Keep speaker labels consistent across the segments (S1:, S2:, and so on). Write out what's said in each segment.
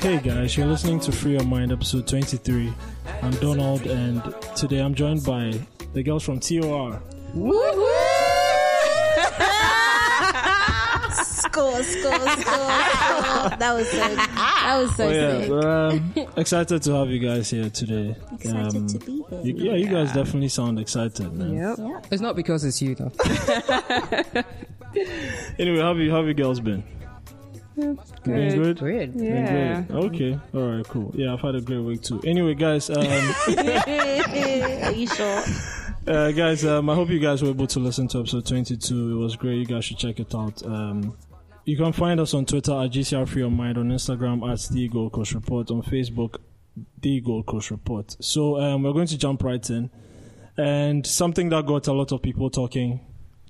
S1: Hey guys, you're listening to Free Your Mind episode 23. I'm Donald, and today I'm joined by the girls from TOR.
S2: Score, score, score, score. That was so. That was so sick.
S1: Oh, um, excited to have you guys here today.
S2: Excited
S1: Um,
S2: to be here.
S1: you- yeah, you guys definitely sound excited, man.
S2: Yeah.
S3: It's not because it's you though.
S1: Anyway, how have you, how have you girls been? Been good?
S3: Weird.
S1: Been great. Okay. All right. Cool. Yeah, I've had a great week too. Anyway, guys, um,
S2: Are you sure?
S1: uh, guys, um, I hope you guys were able to listen to episode 22. It was great. You guys should check it out. Um, you can find us on Twitter at GCR Free Your Mind, on Instagram at The Gold Coast Report, on Facebook, The Gold Coast Report. So um, we're going to jump right in. And something that got a lot of people talking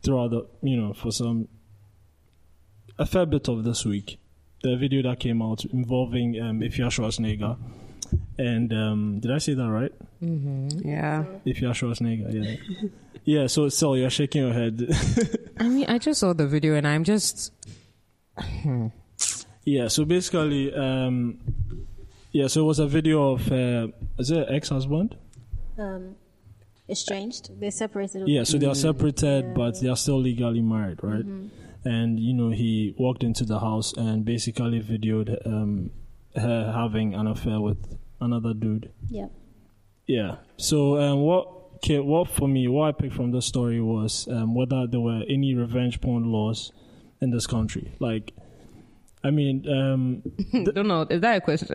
S1: throughout the, you know, for some, a fair bit of this week, the video that came out involving um, Ifya Schwarzenegger. And um, did I say that right?
S3: Yeah.
S1: If you're Schwarzenegger, yeah. yeah, so Sel, you're shaking your head.
S3: I mean, I just saw the video and I'm just.
S1: yeah, so basically, um, yeah, so it was a video of, uh, is it ex husband?
S2: Um, estranged. They're separated.
S1: Yeah, so they are separated, but they are still legally married, right? And, you know, he walked into the house and basically videoed um, her having an affair with another dude.
S2: Yeah.
S1: Yeah. So um, what? Okay, what for me, what I picked from this story was um, whether there were any revenge porn laws in this country. Like, I mean, um,
S3: Don't know. Is that a question?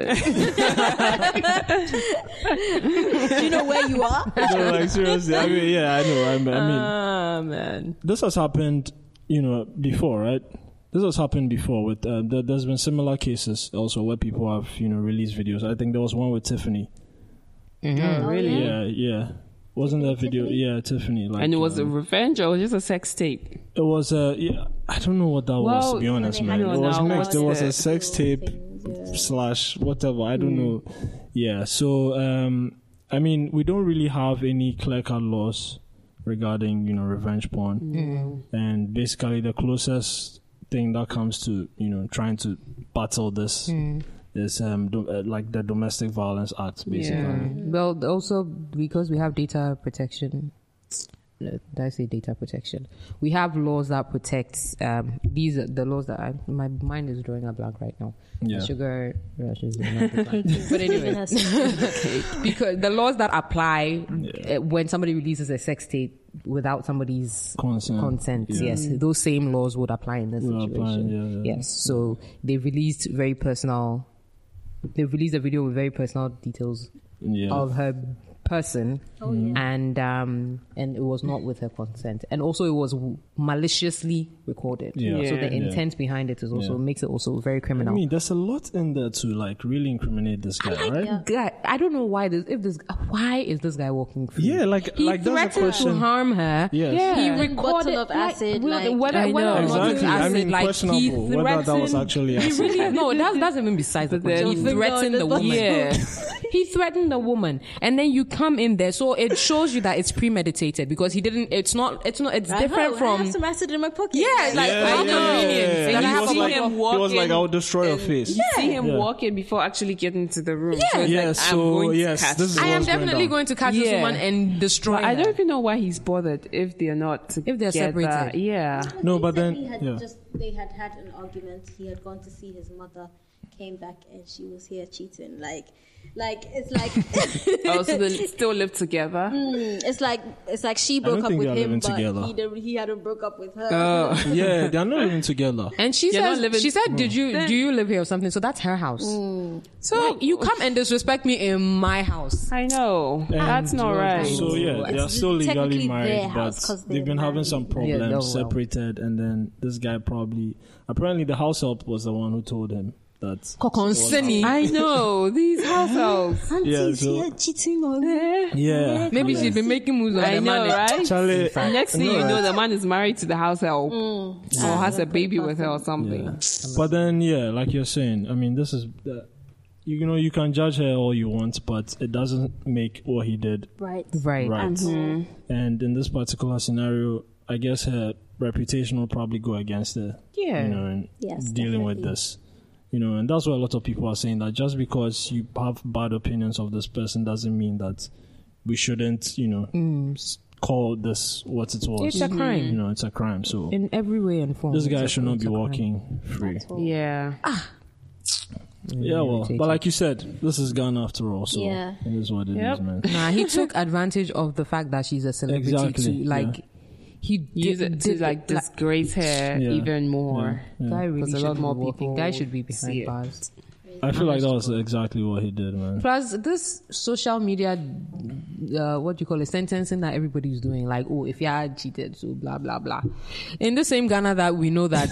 S2: Do you know where you are?
S1: no, like seriously. I mean, yeah, I know. I mean, I
S2: Uh.
S1: mean,
S3: Ah man.
S1: this has happened, you know, before, right? This has happened before. With uh, there, there's been similar cases also where people have, you know, released videos. I think there was one with Tiffany.
S3: Mm-hmm.
S2: Oh, really?
S1: Yeah, yeah. Wasn't that video?
S2: Tiffany?
S1: Yeah, Tiffany. Like,
S4: And it was a
S1: um,
S4: revenge or just a sex tape?
S1: It was uh, yeah, I don't know what that was to
S4: Well,
S1: be honest, man. It
S4: had
S1: was
S4: no,
S1: mixed. There was
S4: what's
S1: a
S4: the-
S1: sex tape slash whatever. I don't know. Yeah. So um, I mean, we don't really have any clear cut laws regarding you know revenge porn, and basically the closest thing that comes to you know trying to battle this is um do, uh, like the Domestic Violence Act, basically.
S3: Well, also because we have data protection. No, did I say data protection? We have laws that protect. Um, these are the laws that I, my mind is drawing a blank right now.
S1: Yeah.
S3: Sugar rushes. but
S2: Even
S3: anyway,
S2: us.
S3: because the laws that apply uh, when somebody releases a sex tape without somebody's
S1: Consent.
S3: consent,
S1: Yeah. Mm.
S3: yes, those same laws would apply in this
S1: Would apply,
S3: situation.
S1: yeah, yeah.
S3: Yes, so they released very personal. They released a video with very personal details
S1: Yeah.
S3: of her person, and um, and it was not with her consent, and also it was w- maliciously recorded.
S1: Yeah.
S3: So the
S1: Yeah.
S3: intent behind it is also
S1: Yeah.
S3: makes it also very
S1: I
S3: criminal.
S1: mean, there's a lot in there to like really incriminate this guy, right?
S3: guy. I don't know why this. If this, why is this guy walking free?
S1: Yeah, like
S3: he
S1: like that's a
S3: threatened to
S1: question.
S3: harm her.
S1: Yes.
S3: He
S4: Yeah.
S3: recorded
S2: Bottle of acid,
S3: Like,
S2: like-
S3: whether,
S4: I
S3: whether
S4: know.
S3: or not it was
S1: Exactly. I
S3: acid,
S1: mean,
S3: like, he
S1: questionable whether that was
S3: threatened-
S1: actually
S3: He
S1: acid.
S3: really no. That's that's even besides the question. He
S2: the-
S3: threatened
S2: the-
S3: the
S2: the-
S3: woman.
S4: Yeah.
S3: he threatened the woman, and then you come in there. So it shows you that it's premeditated because he didn't. It's not. It's not. It's different
S2: I
S3: from.
S2: have some acid in my pocket.
S3: Yeah, like
S1: Yeah,
S3: how
S1: yeah,
S3: convenient.
S1: yeah,
S3: Like,
S1: yeah.
S3: I
S1: He
S3: have
S1: was
S3: a
S1: like,
S3: problem.
S1: he
S4: him
S1: was like,
S4: walking
S1: I'll destroy your face.
S4: You see him
S1: Yeah.
S4: walking before actually getting into the room.
S3: Yeah.
S4: so, it's
S1: Yeah,
S4: like,
S1: so,
S4: I'm going
S1: yes,
S4: to catch
S1: this is
S3: I
S1: what
S3: am
S1: was going
S3: definitely
S1: down.
S3: going to catch this
S4: Yeah.
S3: woman and destroy.
S4: But I
S3: her.
S4: don't even know why he's bothered if they're not
S3: If
S4: together.
S3: they're separated.
S4: Yeah.
S1: No, but
S5: said
S1: then-
S5: he had
S1: yeah.
S5: just they had had an argument. He had gone to see his mother, came back, and she was here cheating. Like, like it's like
S4: Oh, so they still live together.
S5: Mm, it's like it's like she
S1: don't
S5: broke up
S1: think
S5: with
S1: they are living
S5: him, but
S1: together.
S5: he, didn't- he hadn't broke up with her.
S4: Oh.
S1: Yeah, they're not living together.
S3: And she
S4: You're not
S3: says,
S4: living-
S3: she said, did you, do you live here or something? So that's her house.
S2: Mm.
S3: So you come and disrespect me in my house.
S4: I know. That's not right.
S1: So yeah, they are still legally
S5: technically their
S1: married, but
S5: house 'cause
S1: they've
S5: they're
S1: been having
S5: married.
S1: some
S3: Yeah,
S1: problems,
S3: no, well.
S1: separated, and then this guy probably apparently the house help was the one who told him that.
S3: Kokonseni.
S4: I know. These households.
S1: Yeah, so,
S5: cheating on her.
S1: yeah.
S3: Maybe she's been making moves on
S4: I
S3: the
S4: know,
S3: man.
S4: right?
S1: Charlie,
S4: Next thing
S1: no,
S4: you
S1: right.
S4: know, the man is married to the house help
S3: Mm.
S4: or has a baby with her or something.
S1: Yeah. But then, yeah, like you're saying, I mean, this is, uh, you know, you can judge her all you want, but it doesn't make what he did
S5: Right.
S3: Right. Uh-huh.
S1: right. And in this particular scenario, I guess her reputation will probably go against her.
S3: Yeah.
S1: You know, in
S5: Yes,
S1: dealing with
S5: definitely.
S1: this. You know, and that's what a lot of people are saying that just because you have bad opinions of this person doesn't mean that we shouldn't, you know, s- call this what it was.
S3: Mm. It's a crime.
S1: You know, it's a crime. So
S3: in every way and form.
S1: this
S3: it's
S1: guy
S3: a-
S1: should not
S3: it's
S1: be
S3: a crime.
S1: walking free.
S3: Yeah.
S1: Yeah, well,
S3: irritating.
S1: but like you said, this is Ghana after all, so
S5: Yeah.
S1: it is what it is, man.
S3: Nah, he took advantage of the fact that she's a celebrity
S1: Exactly,
S3: to like
S1: yeah.
S3: he did,
S4: Use it to
S3: did-
S4: like disgrace her
S1: Yeah.
S4: even more.
S3: Guy really
S4: Because a
S3: should
S4: lot
S3: be
S4: more
S3: walking.
S4: people
S3: Guy should be
S4: would see
S3: behind
S4: it.
S3: bars.
S1: I feel like that was exactly what he did, man.
S3: Plus, this social media, uh, what do you call it, sentencing that everybody's doing, like, oh, if you had cheated, so blah blah blah. In the same Ghana that we know that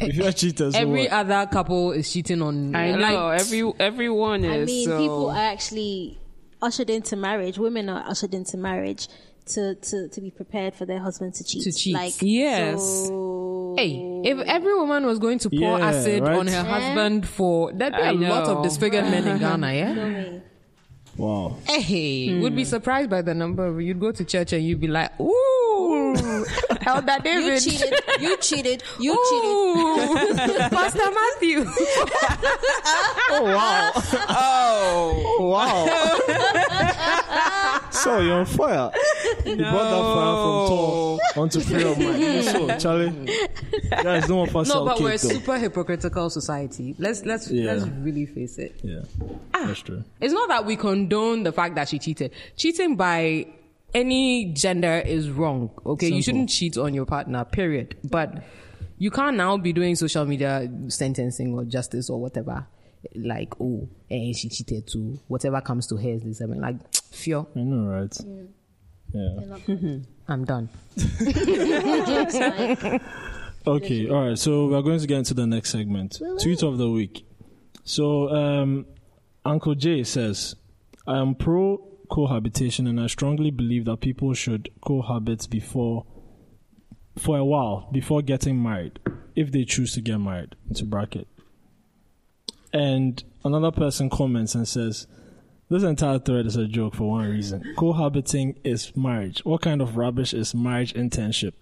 S1: if you're cheaters, so
S3: every
S1: what?
S3: other couple is cheating on.
S4: I
S3: like,
S4: know every everyone
S5: I
S4: is.
S5: mean,
S4: so-
S5: people are actually ushered into marriage. Women are ushered into marriage to to, to be prepared for their husband to cheat.
S3: To cheat.
S5: Like,
S4: Yes.
S5: so-
S3: Hey, if every woman was going to pour
S1: Yeah,
S3: acid
S1: right?
S3: on her husband for there'd be
S4: I
S3: a lot
S4: know.
S3: of disfigured men in Ghana, yeah.
S5: No way.
S1: wow.
S3: Hey, would
S2: Hmm.
S3: be surprised by the number. You'd go to church and you'd be like, "Ooh, Elder
S2: You
S3: David,
S2: cheated. You cheated. You
S3: Oh.
S2: cheated.
S3: Ooh, Pastor Matthew."
S1: So you're on fire. You brought that fire from Tor onto free of mine. Guess what, Charlie? Guys, no one pass
S3: No,
S1: out
S3: but
S1: cake,
S3: we're a
S1: though.
S3: super hypocritical society. Let's let's
S1: Yeah.
S3: let's really face it.
S1: Yeah,
S3: Ah.
S1: that's true.
S3: It's not that we condone the fact that she cheated. Cheating by any gender is wrong. Okay,
S1: Simple.
S3: you shouldn't cheat on your partner. Period. But you can't now be doing social media sentencing or justice or whatever. Like, oh, and she cheated too. Whatever comes to her is this. I mean, like, fear.
S1: I know, right? Yeah.
S3: I'm done.
S1: Okay, all right. So we're going to get into the next segment. Tweet of the week. So um, Uncle Jay says, "I am pro cohabitation, and I strongly believe that people should cohabit before, for a while, before getting married, if they choose to get married." Into bracket. And another person comments and says, "This entire thread is a joke for one reason: cohabiting is marriage. What kind of rubbish is marriage internship?"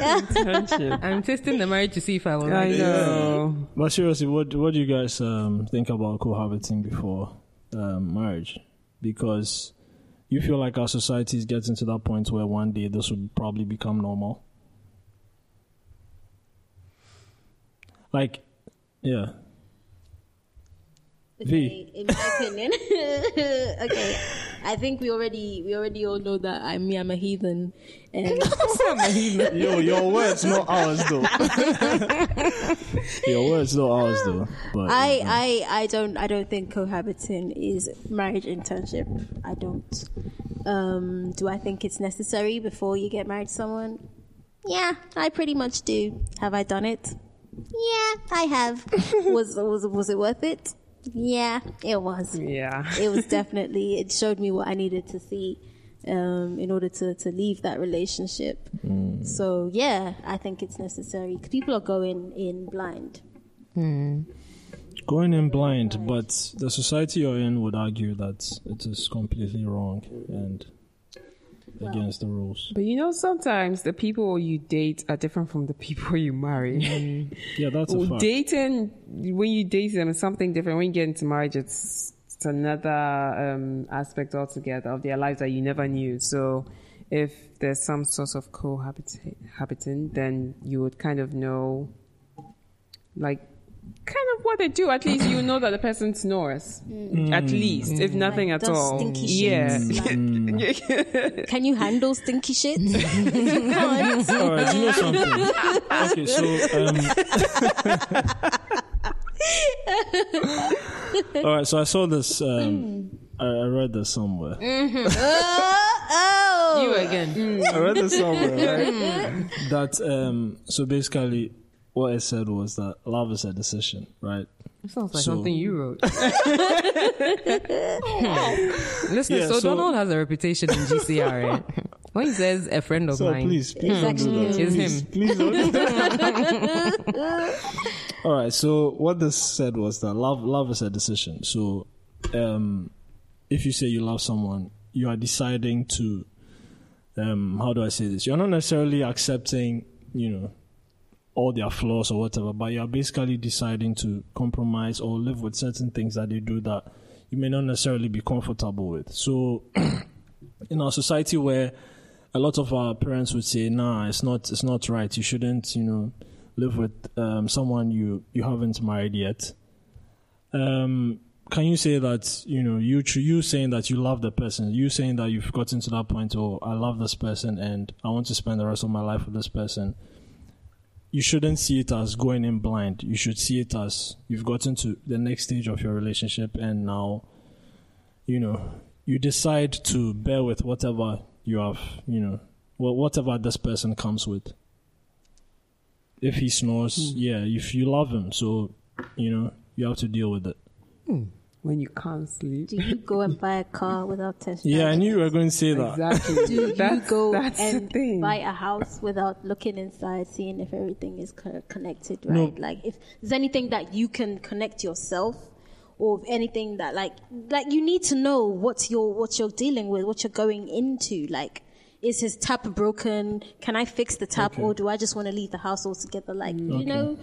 S3: I'm testing the marriage to see if I will.
S4: I
S3: like it.
S4: know.
S1: But seriously, what what do you guys um, think about cohabiting before um, marriage? Because you feel like our society is getting to that point where one day this will probably become normal. Like, yeah,
S5: Okay, in my opinion, okay, I think we already we already all know that I me I'm a heathen, and
S1: yo, your words not ours though. your words not ours though. But
S5: I, I I don't I don't think cohabiting is marriage internship. I don't. Um, do I think it's necessary before you get married to someone? Yeah, I pretty much do. Have I done it? Yeah, I have. was was was it worth it? Yeah, it was
S4: Yeah.
S5: it was definitely it showed me what I needed to see um, in order to, to leave that relationship. So yeah, I think it's necessary 'Cause people are going in blind.
S1: going in blind, but the society you're in would argue that it is completely wrong and against the rules.
S4: But you know, sometimes the people you date are different from the people you marry.
S3: Mm,
S1: Yeah, that's a
S4: Well,
S1: fact.
S4: dating when you date them is something different. When you get into marriage, it's, it's another um, aspect altogether of their lives that you never knew. So, if there's some sort of cohabiting, then you would kind of know, like, kind of what they do. At least you know that the person snores. At least,
S3: Mm.
S4: if nothing at
S5: Does
S4: all.
S5: stinky
S4: yeah.
S5: shit. Can you handle stinky shit? Come on.
S1: All right, you know something. Okay, so um, all right, so I saw this. Um, I, I read this somewhere.
S3: You again.
S1: I read this somewhere. right? that um, so basically, what I said was that love is a decision, right?
S3: Sounds like
S1: So-
S3: something you wrote. Listen,
S1: Yeah,
S3: so,
S1: so-
S3: Donald has a reputation in GCR. eh? when he says a friend of
S1: So
S3: mine,
S1: please, please don't do that.
S3: It's
S1: please,
S3: him.
S1: please don't. do that. All right. So what this said was that love, love is a decision. So, um, if you say you love someone, you are deciding to um, how do I say this? You're not necessarily accepting, you know, all their flaws or whatever, but you're basically deciding to compromise or live with certain things that they do that you may not necessarily be comfortable with. So, in our society where a lot of our parents would say, "Nah, it's not, it's not right. You shouldn't, you know, live with um, someone you you haven't married yet." Um, can you say that you know you tr- you saying that you love the person, you saying that you've gotten to that point, oh, I love this person and I want to spend the rest of my life with this person. You shouldn't see it as going in blind. You should see it as you've gotten to the next stage of your relationship and now, you know, you decide to bear with whatever you have, you know, wha- whatever this person comes with. If he snores, yeah, if you love him, so you know you have to deal with it.
S4: when you can't sleep.
S5: Do you go and buy a car without test
S1: Yeah, I
S5: driving
S1: knew you
S5: it?
S1: were going to say that.
S4: Exactly.
S5: Do you
S4: that's,
S5: go
S4: that's
S5: and
S4: the thing.
S5: buy a house without looking inside, seeing if everything is co- connected, right?
S1: No.
S5: Like if there's anything that you can connect yourself, or if anything that like like you need to know what you're what you're dealing with, what you're going into, like. Is his tap broken? Can I fix the tap,
S1: Okay. Mm.
S5: or do I just want to leave the house altogether? Like
S1: Okay.
S5: you know,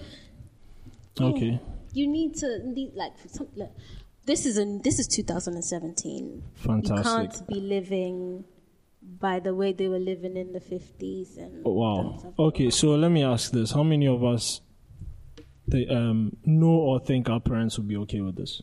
S1: Okay,
S5: you need to need like for some, like, this is in this is 2017 you
S1: fantastic.
S5: can't be living by the way they were living in the 50s and
S1: Oh, wow. Okay, so let me ask this: How many of us they, um, know or think our parents would be okay with this?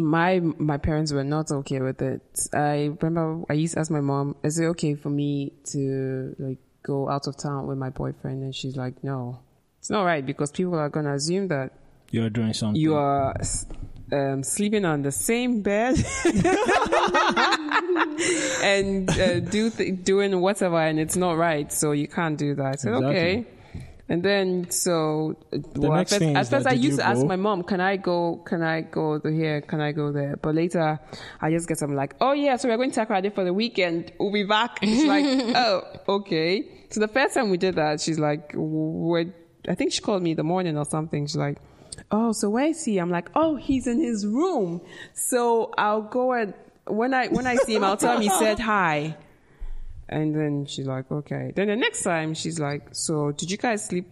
S4: my my parents were not okay with it. I remember I used to ask my mom, "Is it okay for me to like go out of town with my boyfriend?" And she's like, "No, it's not right because people are gonna assume that
S1: You're doing something.
S4: you are um, sleeping on the same bed and uh, do th- doing whatever, and it's not right. So you can't do that. I said,
S1: Exactly.
S4: Okay. And then so uh, well,
S1: next
S4: at first,
S1: thing
S4: at
S1: is that
S4: first I
S1: did
S4: used
S1: you
S4: to ask
S1: go?
S4: my mom, "Can I go? Can I go to here? Can I go there?" But later, I just get something like, "Oh yeah, so we're going to Takrade for the weekend. We'll be back." She's like, "Oh, okay." So the first time we did that, she's like, "What?" I think she called me the morning or something. She's like, "Oh, so where is he?" I'm like, "Oh, he's in his room." So I'll go and when I when I see him, I'll tell him he said hi. And then she's like, okay. Then the next time she's like, so did you guys sleep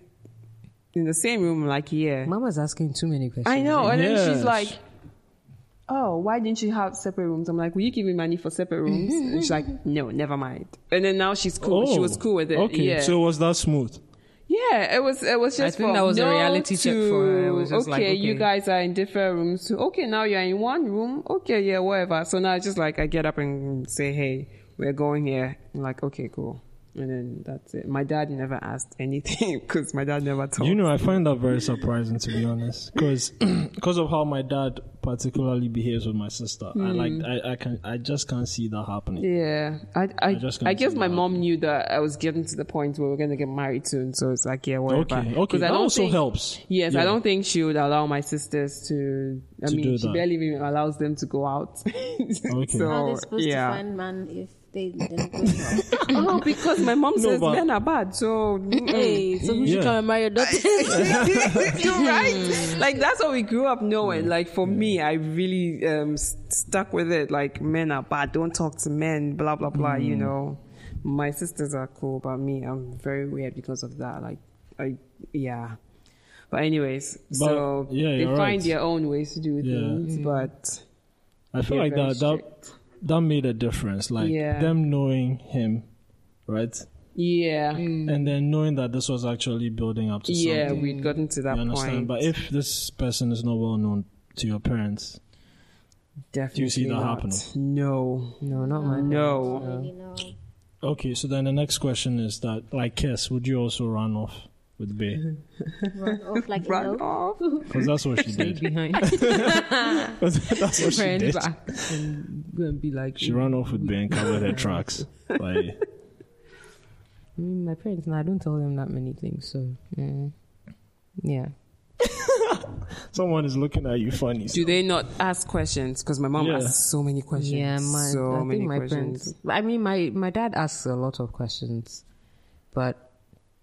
S4: in the same room? I'm like, yeah.
S3: Mama's asking too many questions.
S4: I know. And then
S1: Yes.
S4: she's like, oh, why didn't you have separate rooms? I'm like, will you give me money for separate rooms? And she's like, no, never mind. And then now she's cool. she was cool with it.
S1: Oh. Okay,
S4: yeah.
S1: so was that smooth?
S4: Yeah, it was it was just.
S3: I think
S4: from
S3: that was a
S4: no
S3: reality check
S4: to,
S3: for her. It was just
S4: okay,
S3: like,
S4: you
S3: okay.
S4: guys are in different rooms. So, okay, now you're in one room. Okay, yeah, whatever. So now it's just like I get up and say, "Hey, we're going here." I'm like, okay, cool. And then that's it. My dad never asked anything because my dad never told.
S1: You know, I find that very surprising to be honest, because of how my dad particularly behaves with my sister. I like, I, I can, I just can't see that happening.
S4: Hmm. yeah, I I, I,
S1: just can't
S4: guess
S1: see
S4: my
S1: that
S4: mom knew that I was getting to the point where we're gonna get married soon. So it's like, yeah, whatever.
S1: Okay, okay,
S4: 'Cause
S1: that
S4: I don't
S1: also
S4: think-
S1: helps.
S4: Yes,
S1: Yeah.
S4: I don't think she would allow my sisters to. I
S1: To do
S4: mean, she
S1: that.
S4: barely even allows them to go out. so,
S5: how they supposed
S4: Oh, yeah.
S5: to find man if they didn't go out?
S4: no, because my mom says
S1: but-
S4: men are bad. So
S2: Hey, so who should
S1: Yeah.
S2: come and marry your daughter?
S4: you're right. Like that's what we grew up
S1: Hmm.
S4: knowing. Like for me, I really um, st- stuck with it. Like men are bad. Don't talk to men. Blah blah blah.
S1: Hmm.
S4: You know, my sisters are cool, but me, I'm very weird because of that. Like, I yeah. But anyways, so
S1: yeah,
S4: they
S1: you're
S4: find
S1: right.
S4: their own ways to do
S1: Yeah.
S4: things, but
S1: I feel
S4: they're
S1: like
S4: very
S1: that, that,
S4: strict.
S1: that made a difference. Like
S4: Yeah.
S1: them knowing him, right?
S4: yeah,
S3: Hmm.
S1: and then knowing that this was actually building up to
S4: Mm. yeah,
S1: something.
S4: we'd gotten to that
S1: you
S4: point.
S1: understand? But if this person is not well known to your parents,
S4: Definitely
S1: you see that
S4: not.
S1: happening?
S4: No,
S3: No, not mine.
S4: no.
S5: You know,
S1: okay. So then the next question is that, like, Kiss, would you also run off with Bay?
S5: run off Oh, like
S4: Run
S5: you know.
S4: off.
S1: Because that's what she did.
S3: Behind
S1: 'Cause that's what Oh, she
S3: friend
S1: did.
S3: back and go and be like,
S1: She ran off with Bay and covered her tracks. Like,
S3: Mm, my parents, no, I don't tell them that many things. So, mm, yeah.
S1: someone is looking at you funny.
S4: Do they not ask questions? Because my mom
S1: Yeah.
S4: asks so many questions.
S3: Yeah, my,
S4: so
S3: I think
S4: many
S3: my
S4: questions.
S3: parents. I mean, my my dad asks a lot of questions, but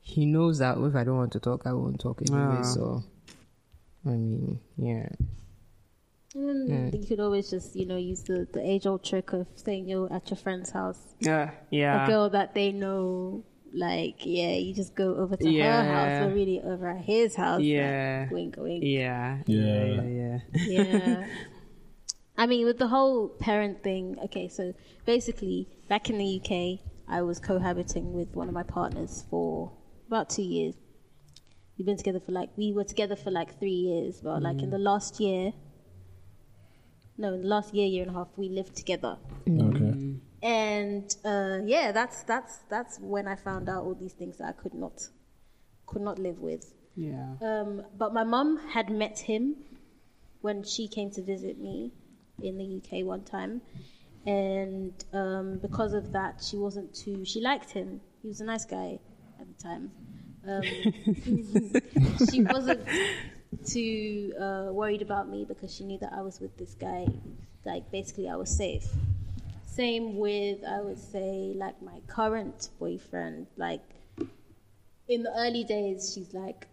S3: he knows that if I don't want to talk, I won't talk anyway.
S4: Ah.
S3: So, I mean, yeah.
S5: Mm, You could always just, you know, use the, the age old trick of saying you're at your friend's house.
S4: Yeah. Yeah.
S5: A girl that they know, like, yeah, you just go over to her
S4: Yeah.
S5: house or really over at his house.
S4: Yeah.
S5: Like, wink, wink.
S4: Yeah.
S1: Yeah.
S4: Yeah. Yeah.
S5: Yeah. I mean, with the whole parent thing, okay, so basically, back in the UK, I was cohabiting with one of my partners for about two years. We've been together for like, we were together for like three years, but like in the last year, no, in the last year, year and a half, we lived together.
S1: Okay.
S5: And uh, yeah, that's that's that's when I found out all these things that I could not could not live with.
S4: Yeah.
S5: Um, but my mum had met him when she came to visit me in the UK one time, and um, because of that, she wasn't too. She liked him. He was a nice guy at the time. Um, she wasn't too uh, worried about me because she knew that I was with this guy. Like basically, I was safe. Same with I would say like my current boyfriend. Like in the early days, she's like,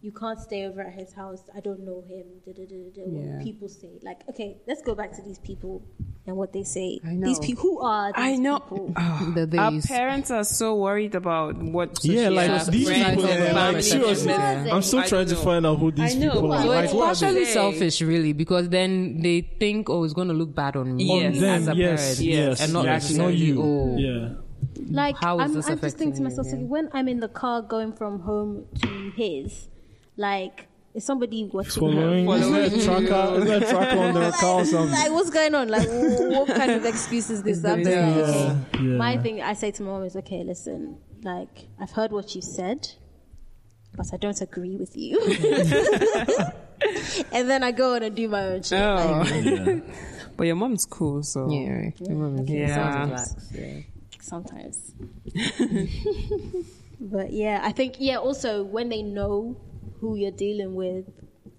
S5: "You can't stay over at his house. I don't know him." Da, da, da, da, da, what
S4: Yeah.
S5: People say like, "Okay, let's go back to these people and what they say."
S4: I know.
S5: These people who are these
S4: I know.
S5: people?
S3: The
S4: Our
S3: days.
S4: parents are so worried about what.
S1: Yeah,
S4: social
S1: like
S3: Yeah.
S1: these
S3: Yeah.
S1: people.
S3: Yeah.
S1: Like,
S4: Yeah.
S1: seriously,
S5: Yeah.
S1: I'm still
S4: I
S1: trying to
S4: know.
S1: find out who these
S4: I know,
S1: people are.
S4: but
S1: Like,
S4: it's
S1: what are
S4: partially
S1: they-
S3: Partially
S4: Hey.
S3: selfish, really, because then they think, oh, it's going to look bad on me
S4: On
S3: as
S1: them,
S3: a
S1: yes,
S3: parent,
S1: yes,
S3: and not
S1: yes,
S3: actually,
S1: not you.
S3: oh,
S1: Yeah.
S5: Like
S3: How is
S5: I'm,
S3: this
S5: I'm just thinking to
S3: affecting you?
S5: myself, so
S3: Yeah.
S5: when I'm in the car going from home to his, like is somebody watching? me?
S1: Following, is there a tracker? Is there a tracker on the car or something?
S5: Like what's going on? Like wh- what kind of excuses this? I'm just like,
S1: Yeah. Yeah.
S5: My thing I say to my mom is, okay, listen, like I've heard what you said, but I don't agree with you. and then I go on and do my own shit.
S4: Oh.
S5: Like,
S4: But your mom's cool, so.
S3: yeah,
S4: Yeah.
S5: sometimes. but yeah, I think yeah. Also, when they know who you're dealing with,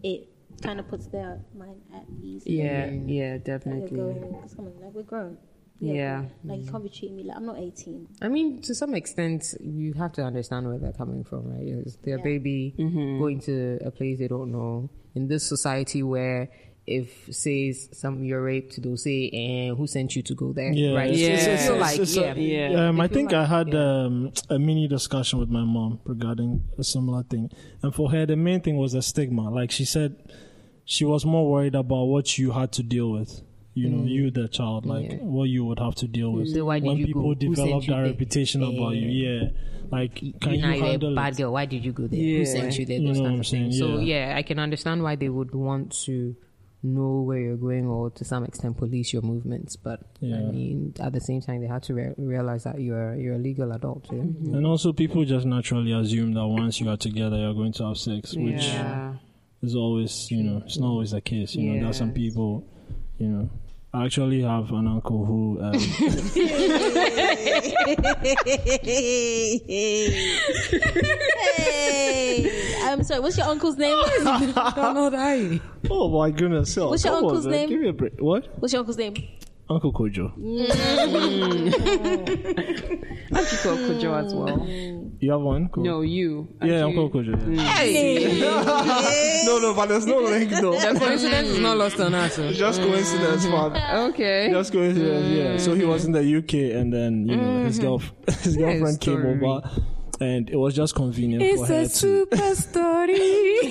S5: it kind of puts their mind at ease.
S4: Yeah. Yeah,
S5: Like, you're
S4: definitely.
S5: going, "Cause come on, like we're grown. We're
S4: Yeah.
S5: grown. like you can't be treating me like I'm not 18.
S3: I mean, to some extent, you have to understand where they're coming from, right? It's their baby
S4: Mm-hmm.
S3: going to a place they don't know in this society where. If say some you're raped, they'll say, eh, "Who sent you to go there?"
S1: Yeah,
S3: Right?
S1: it's-
S4: Yeah.
S1: it's-
S3: They
S1: it's-
S3: feel
S1: it's-
S3: like,
S1: it's
S3: yeah,
S1: a-
S4: Yeah.
S1: Um, I
S3: They feel
S1: think I
S3: like-
S1: had um, a mini discussion with my mom regarding a similar thing, and for her, the main thing was the stigma. Like she said, she was more worried about what you had to deal with. You know, you the child, like
S3: Mm. Yeah.
S1: what you would have to deal with
S3: So why did
S1: when
S3: you
S1: people
S3: go? Who
S1: develop
S3: sent you
S1: that
S3: there?
S1: reputation about you. Yeah, like can you,
S3: you know, you're
S1: handle
S3: a bad
S1: it?
S3: girl. Why did you go there?
S4: Yeah.
S3: Who sent you there?
S1: You
S3: Those
S1: know what
S3: kinds
S1: I'm
S3: of things.
S1: saying,
S3: So
S1: yeah.
S3: yeah, I can understand why they would want to know where you're going or to some extent police your movements. But I
S1: Yeah.
S3: mean, at the same time, they have to re- realize that you're you're a legal adult. Yeah?
S1: And also, people just naturally assume that once you are together, you're going to have sex, which
S4: Yeah.
S1: is always, you know, it's not always the case. You know, there are some
S4: Yes.
S1: people, you know. I actually have an uncle who um,
S5: Hey, I'm sorry. Um, What's your uncle's name?
S1: Oh my goodness! yo,
S5: What's your
S1: come on,
S5: uncle's
S1: man,
S5: name?
S1: Give me a break. What?
S5: What's your uncle's name?
S1: Uncle Kojo.
S4: I think you're Kojo as well.
S1: You have one? Cool.
S4: No, you.
S1: Yeah,
S4: Aren't you? Mm.
S1: Uncle Kojo.
S5: Hey.
S1: No, no, but there's no link though.
S3: Coincidence is not lost on us.
S1: It's just coincidence,
S4: Mm.
S1: man.
S4: Okay.
S1: Just coincidence. Yeah. So he was in the UK, and then you know his girlf- his girlfriend came
S4: Mm-hmm. story.
S1: over, and it was just convenient for her to.
S4: super story.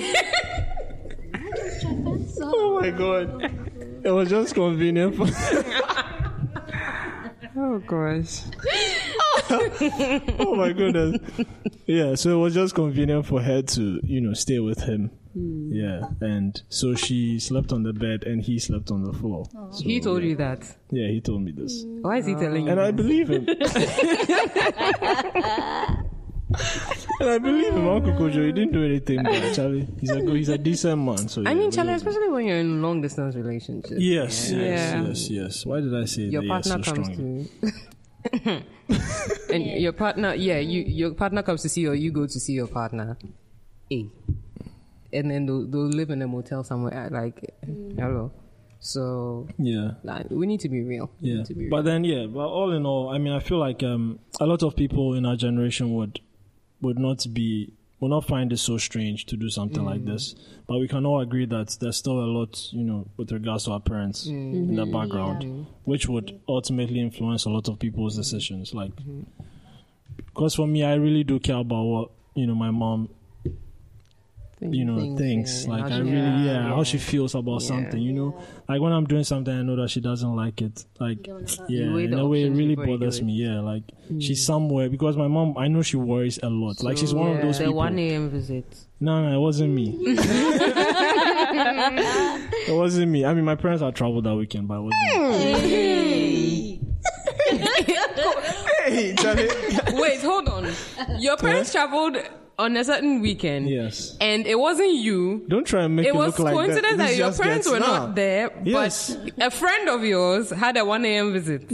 S1: Oh my god. It was just convenient for.
S4: oh gosh.
S1: oh my goodness. Yeah, so it was just convenient for her to, you know, stay with him.
S4: Mm.
S1: Yeah, and so she slept on the bed and he slept on the floor. So,
S3: He told
S1: yeah.
S3: you that.
S1: Yeah, he told me this.
S3: Why is he telling you?
S1: And I believe him. and I believe him, Uncle Kojo. He didn't do anything bad, Charlie. He's a good, he's a decent man. So
S3: I
S1: yeah,
S3: mean, Charlie,
S1: believe him.
S3: especially when you're in a long distance relationship,
S1: Yes,
S4: Yeah.
S1: yes, yes, yes. Why did I say
S3: your
S1: that?
S3: partner
S1: yes, so
S3: comes
S1: strongly?
S3: to. and your partner, yeah, you your partner comes to see you, or you go to see your partner. Hey. And then they'll, they'll live in a motel somewhere, uh, like, hello. So,
S1: Yeah.
S3: like, we need to be real. We
S1: Yeah.
S3: need to be real.
S1: But then yeah, but all in all, I mean I feel like um a lot of people in our generation would would not be will not find it so strange to do something like this. But we can all agree that there's still a lot, you know, with regards to our parents in the background, which would ultimately influence a lot of people's decisions. Like, because for me, I really do care about what you know my mom you know things,
S3: yeah,
S1: like
S3: how
S1: I
S3: she-
S1: really yeah, how she feels about
S3: Yeah.
S1: something you know like when I'm doing something I know that she doesn't like it like
S5: You don't know.
S1: yeah
S3: weigh
S1: in
S3: the
S1: a way it
S3: options
S1: really
S3: before you do
S1: bothers
S3: it.
S1: me yeah like she's somewhere because my mom I know she worries a lot like she's one of
S3: Yeah,
S1: those
S3: the
S1: people
S3: 1 a.m. visit.
S1: no no it wasn't me it wasn't me I mean my parents had trouble that weekend but it wasn't me.
S6: Hey, Charlie.
S3: Wait, hold on. Your parents traveled on a certain weekend,
S1: yes
S3: and it wasn't you.
S1: don't try and make it,
S3: It was
S1: look like
S3: coincidence that,
S6: This
S3: your
S6: just
S3: parents
S6: gets-
S3: were
S6: nah.
S3: not there,
S1: Yes.
S3: but a friend of yours had a 1 a.m. visit.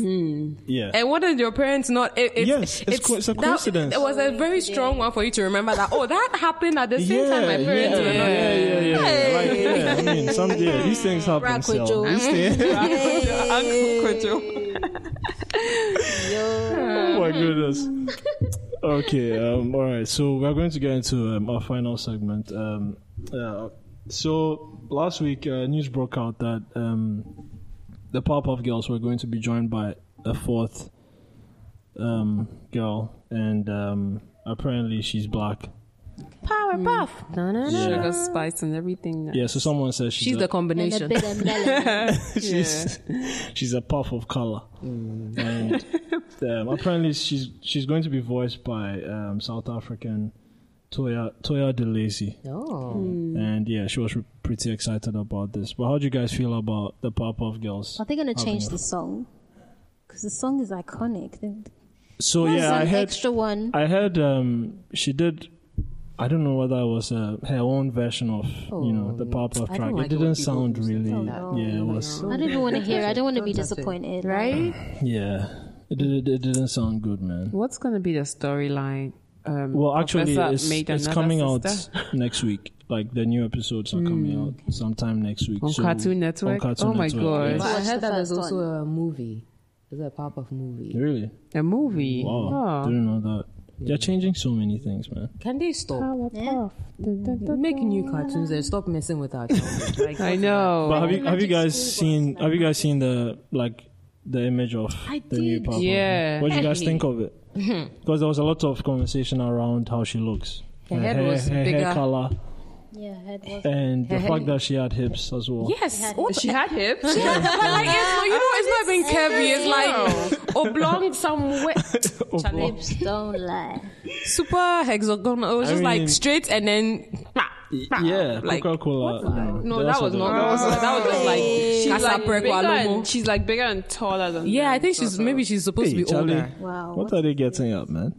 S1: yeah
S3: And what did your parents not? It, it's,
S1: Yes, it's co- it's a
S3: that-
S1: coincidence.
S3: it was a very strong one for you to remember that. Oh, that happened at the same
S1: yeah,
S3: time my parents
S1: yeah,
S3: were not.
S1: yeah, yeah, yeah, yeah. Like, yeah, I mean, some yeah, these things happen.
S5: Rock with
S1: So.
S5: Joe.
S1: These things, oh my goodness. Okay, um, all right. So we are going to get into um, our final segment. Um, uh, so last week, uh, news broke out that um, the Powerpuff Girls were going to be joined by a fourth um, girl, and um, apparently she's black.
S5: Powerpuff.
S4: Sugar, spice, and everything.
S1: Yeah. So someone says she's,
S3: She's
S1: a-
S3: the
S5: And a
S3: combination.
S5: bit of melon.
S1: she's she's a puff of color,
S3: Mm.
S1: and um, apparently she's she's going to be voiced by um, South African Toya Toya DeLacy, Mm.
S3: Oh,
S5: Mm.
S1: and yeah, she was re- pretty excited about this. But how do you guys feel about the Powerpuff Girls?
S5: Are they going to change the song? Because the song is iconic. Then
S1: So
S5: there's
S1: yeah,
S5: an
S1: I heard
S5: extra one.
S1: I heard um, she did. I don't know whether it was uh, her own version of you know the Powerpuff
S3: Oh, I
S1: track.
S3: don't like
S1: it
S3: it when
S1: didn't
S3: people
S1: sound
S3: do
S1: really
S3: that.
S1: yeah it
S3: No.
S1: was
S5: I don't even want to hear. it. I don't want to be
S3: Don't touch it.
S5: disappointed.
S4: Right?
S1: yeah it, did, it didn't sound good man.
S4: What's going to be the storyline? Um,
S1: Well, actually,
S4: Professor
S1: it's,
S4: made
S1: it's
S4: another
S1: coming
S4: sister? Hmm.
S1: out next week. Like the new episodes are coming out sometime next week.
S4: On Cartoon Network?
S1: On Cartoon
S4: Oh my
S1: Network,
S4: God.
S1: yes.
S3: but I
S5: Watch the
S3: heard that there's
S5: first
S3: also a movie. There's a pop-up movie.
S1: Really?
S4: a movie.
S1: Wow.
S4: Oh.
S1: Didn't know that. They're changing so many things, man.
S3: Can they stop making new cartoons and stop messing with our children? Like,
S4: I know.
S1: But have you have you guys seen have you guys seen the like the image of the new Powerpuff?
S4: Yeah.
S1: What do you guys think of it? Because there was a lot of conversation around how she looks. Her,
S3: head
S1: hair,
S3: was
S1: her hair
S3: bigger.
S1: color,
S5: Yeah, head was.
S1: and the
S3: Her
S1: fact
S3: head-
S1: that she had hips as well.
S3: Yes, what
S4: She had hips.
S3: but like it's not, you know it's not being curvy. It's like oblong somewhere,
S1: Oh,
S5: Lips don't lie.
S3: super hexagonal. It was
S1: I
S3: just
S1: mean-
S3: like straight and then. bah, bah,
S1: Yeah,
S3: like-
S1: Coca Cola.
S3: No, that was not. That was, that was just like
S4: She's like,
S3: Casaprec
S4: bigger
S3: Walomo.
S4: and, she's like bigger and taller than.
S3: Yeah,
S4: them,
S3: I think
S4: sort
S3: she's
S4: of.
S3: maybe she's supposed to
S1: Hey,
S3: be
S1: Charlie,
S3: older.
S5: Wow.
S1: what are they getting at, man?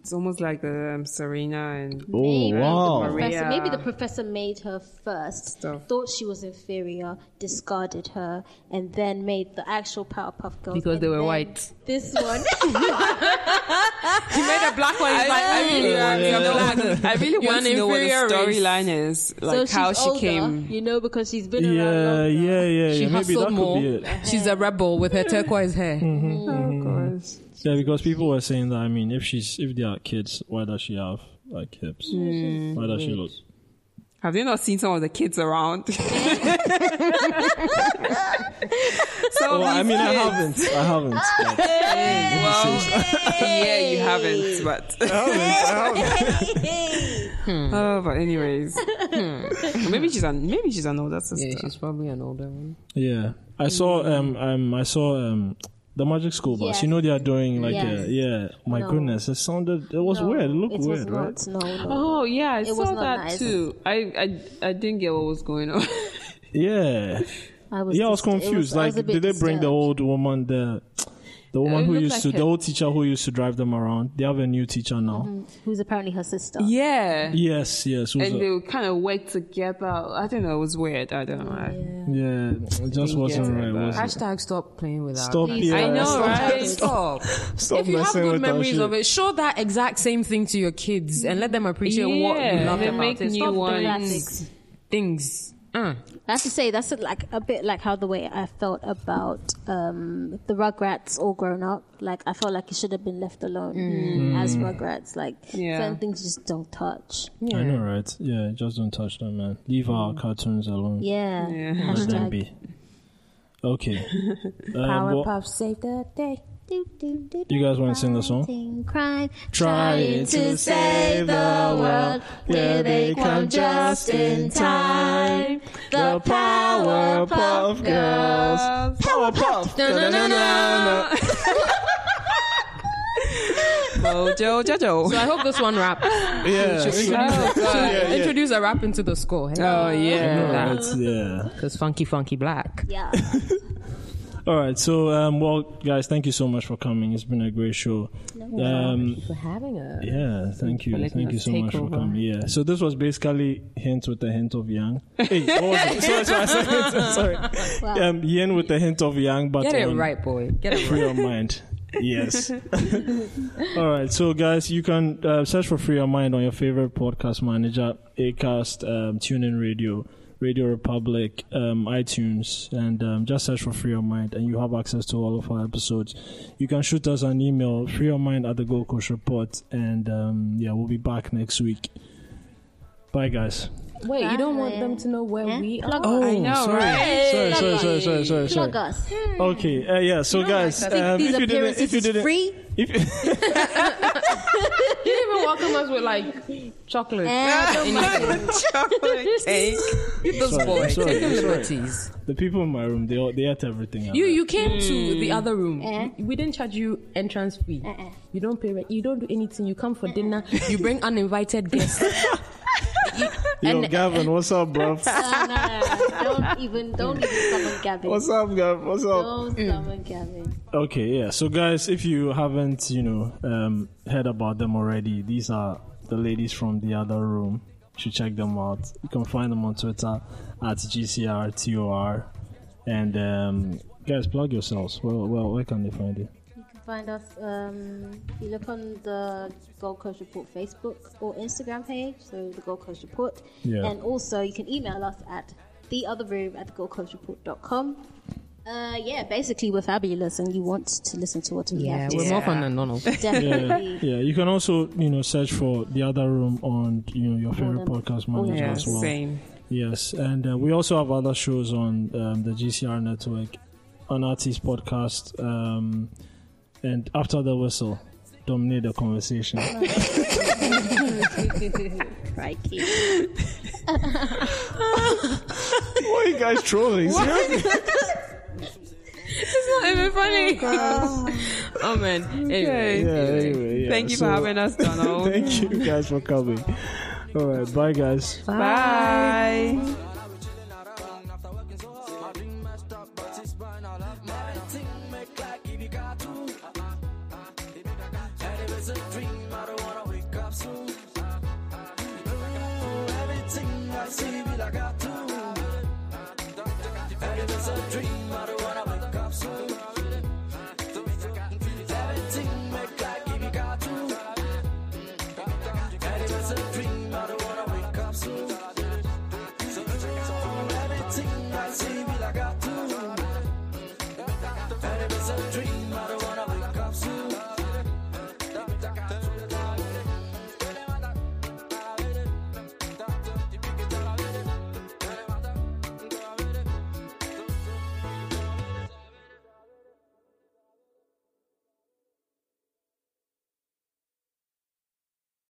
S4: It's almost like um, Serena and
S1: Oh, wow.
S5: Professor,
S4: Maria.
S5: maybe the professor made her first,
S4: Stuff.
S5: thought she was inferior, discarded her, and then made the actual Powerpuff Girls
S3: Because
S5: and
S3: they were
S5: then
S3: white.
S5: This one,
S3: He made a black one. He's like, I really, I really
S4: You
S3: want to know what the storyline
S4: storyline is,
S5: so
S4: like
S5: she's
S4: how she
S5: older,
S4: came.
S5: you know, because she's been around.
S1: Yeah,
S5: longer.
S1: yeah, yeah.
S3: She
S1: yeah. Maybe that
S3: hustled
S1: could
S3: more.
S1: be it. Mm-hmm.
S3: She's a rebel with her turquoise hair.
S4: Oh,
S1: Yeah, because people were saying that. I mean, if she's if they are kids, why does she have like hips?
S5: Hmm.
S1: Why does she look?
S4: Have you not seen some of the kids around? so
S1: Well, Oh, I mean, I haven't. I haven't. but-
S4: yeah, you haven't, but oh, but anyways, Hmm. maybe she's an maybe she's an older sister.
S3: Yeah, she's probably an older one.
S1: yeah, I saw. Um, um, I saw. Um, the Magic School Bus.
S5: Hmm. Yes.
S1: You know they are doing like.
S5: Yes.
S1: A, yeah. My
S5: No.
S1: goodness, it sounded. It was
S5: No,
S1: weird. It looked
S5: it
S1: weird, right?
S5: was not. No, no.
S4: Oh yeah, I
S5: was
S4: saw
S5: not
S4: that
S5: nice.
S4: too. I, I I didn't get what was going on.
S1: Yeah.
S5: I was
S1: Yeah, I was
S5: dist- it
S1: confused.
S5: I
S1: like,
S5: was a
S1: did
S5: bit
S1: they bring the
S5: disturbed.
S1: old woman the? The woman
S4: it
S1: who
S4: looked
S1: used
S4: like
S1: to, the
S4: her.
S1: old teacher who used to drive them around, they have a new teacher now.
S5: Who's apparently her sister?
S4: yeah,
S1: Yes, yes. who's
S4: and
S1: a-
S4: they would kind of work together. I don't know. It was weird. I don't know. I-
S1: Yeah, it just wasn't right, was it?
S3: Hashtag stop playing with our.
S1: Stop yeah.
S4: I know,
S1: Stop,
S4: right?
S3: Stop.
S1: stop
S3: if you have
S1: messing
S3: good
S1: with our
S3: memories
S1: shit.
S3: of it, show that exact same thing to your kids and let them appreciate what you
S4: Yeah,
S3: love
S4: then
S3: about
S4: make
S3: it.
S4: new
S3: Stop doing
S4: ones.
S3: things. Uh,
S5: I have to say that's a, like a bit like how the way I felt about um, the Rugrats all grown up. Like I felt like it should have been left alone as Rugrats. Like
S4: Yeah.
S5: certain things just don't touch.
S1: I know, right? Yeah, just don't touch them, man. Leave our cartoons alone.
S5: Yeah.
S4: Yeah.
S1: Let them
S5: Hashtag
S1: be. Okay. Um, what-
S2: Powerpuff saved the day.
S1: You guys wanna sing the song?
S5: Fighting Crime,
S1: Trying to save the world. Will they come just in time? The Powerpuff Girls. Powerpuff!
S4: Mojo Oh, Jojo.
S3: So I hope this one rap.
S1: Yeah.
S3: Oh, God.
S1: yeah.
S3: Introduce a rap into the score.
S4: Oh yeah.
S1: Alright, yeah.
S3: Because Funky Funky Black.
S5: Yeah.
S1: All right. So, um, well, guys, thank you so much for coming. It's been a great show. Um,
S3: For having a.
S1: yeah, thank
S3: For
S1: you.
S3: letting
S1: Thank you
S3: us
S1: so
S3: take
S1: much for
S3: over.
S1: coming. Yeah. So this was basically hint with a hint of yang. Hey, what was it? Sorry, sorry, sorry. sorry. Um, yin with a hint of yang, but
S3: Get it
S1: on-
S3: right, boy. Get it
S1: Free Your Mind. Yes. All right. So, guys, you can uh, search for Free Your Mind on your favorite podcast manager, Acast, um, TuneIn Radio, Radio Republic, um, iTunes, and um, just search for Free Your Mind, and you have access to all of our episodes. You can shoot us an email, Free Your Mind at the Gold Coast Report, and um, yeah, we'll be back next week. Bye, guys.
S3: Wait, you don't want them to know where we are?
S5: Plug us.
S4: know,
S1: sorry.
S4: right?
S1: sorry, sorry, sorry, sorry, sorry, Oh, sorry.
S5: Plug us.
S1: Okay, uh, yeah. So, guys, um,
S5: These
S1: if you didn't,
S5: appearances
S1: if you
S5: is
S1: didn't,
S5: free.
S1: if,
S3: You didn't even welcome us with like chocolate.
S4: Chocolate cake.
S3: Those
S1: Sorry,
S3: boys.
S1: sorry,
S3: Take them
S1: sorry.
S3: liberties.
S1: The people in my room, they all, they ate everything.
S3: You you came to the other room. You- We didn't charge you entrance fee. You don't pay rent. You don't do anything. You come for dinner. You bring uninvited guests.
S1: Yo,
S3: and-
S1: Gavin, what's up, bro?
S5: No, no, no. Don't even, don't even summon Gavin.
S1: what's up, Gavin? What's up?
S5: Don't summon Gavin.
S1: Okay, yeah. So, guys, if you haven't, you know, um, heard about them already, these are the ladies from the other room. You should check them out. You can find them on Twitter at GCRTOR. And um, guys, plug yourselves. Well, well, where can they find you?
S5: Find us. Um, you look on the Gold Coast Report Facebook or Instagram page, so the Gold Coast Report.
S1: Yeah.
S5: And also, you can email us at the other room at the Gold Coast Report.com. Uh, yeah, basically, we're fabulous, and you want to listen to what we
S3: Yeah,
S5: have to
S3: Eh, we're
S5: say.
S3: more fun than normal.
S1: Yeah,
S5: Definitely.
S1: yeah. You can also, you know, search for the other room on, you know, your favorite
S5: them.
S1: podcast manager
S4: Yeah,
S1: as well.
S4: same.
S1: Yes, and uh, we also have other shows on um, the GCR network, on Artist Podcast, um, and After the Whistle, Dominate the Conversation.
S5: Crikey.
S1: Why are you guys trolling?
S3: It's not even funny. oh man. Anyway.
S1: Yeah, anyway, yeah.
S4: Thank you
S1: So-
S4: for having us, Donald.
S1: Thank you guys for coming. All right, bye guys.
S4: Bye.
S7: Everything make like if you got to. And it was a dream.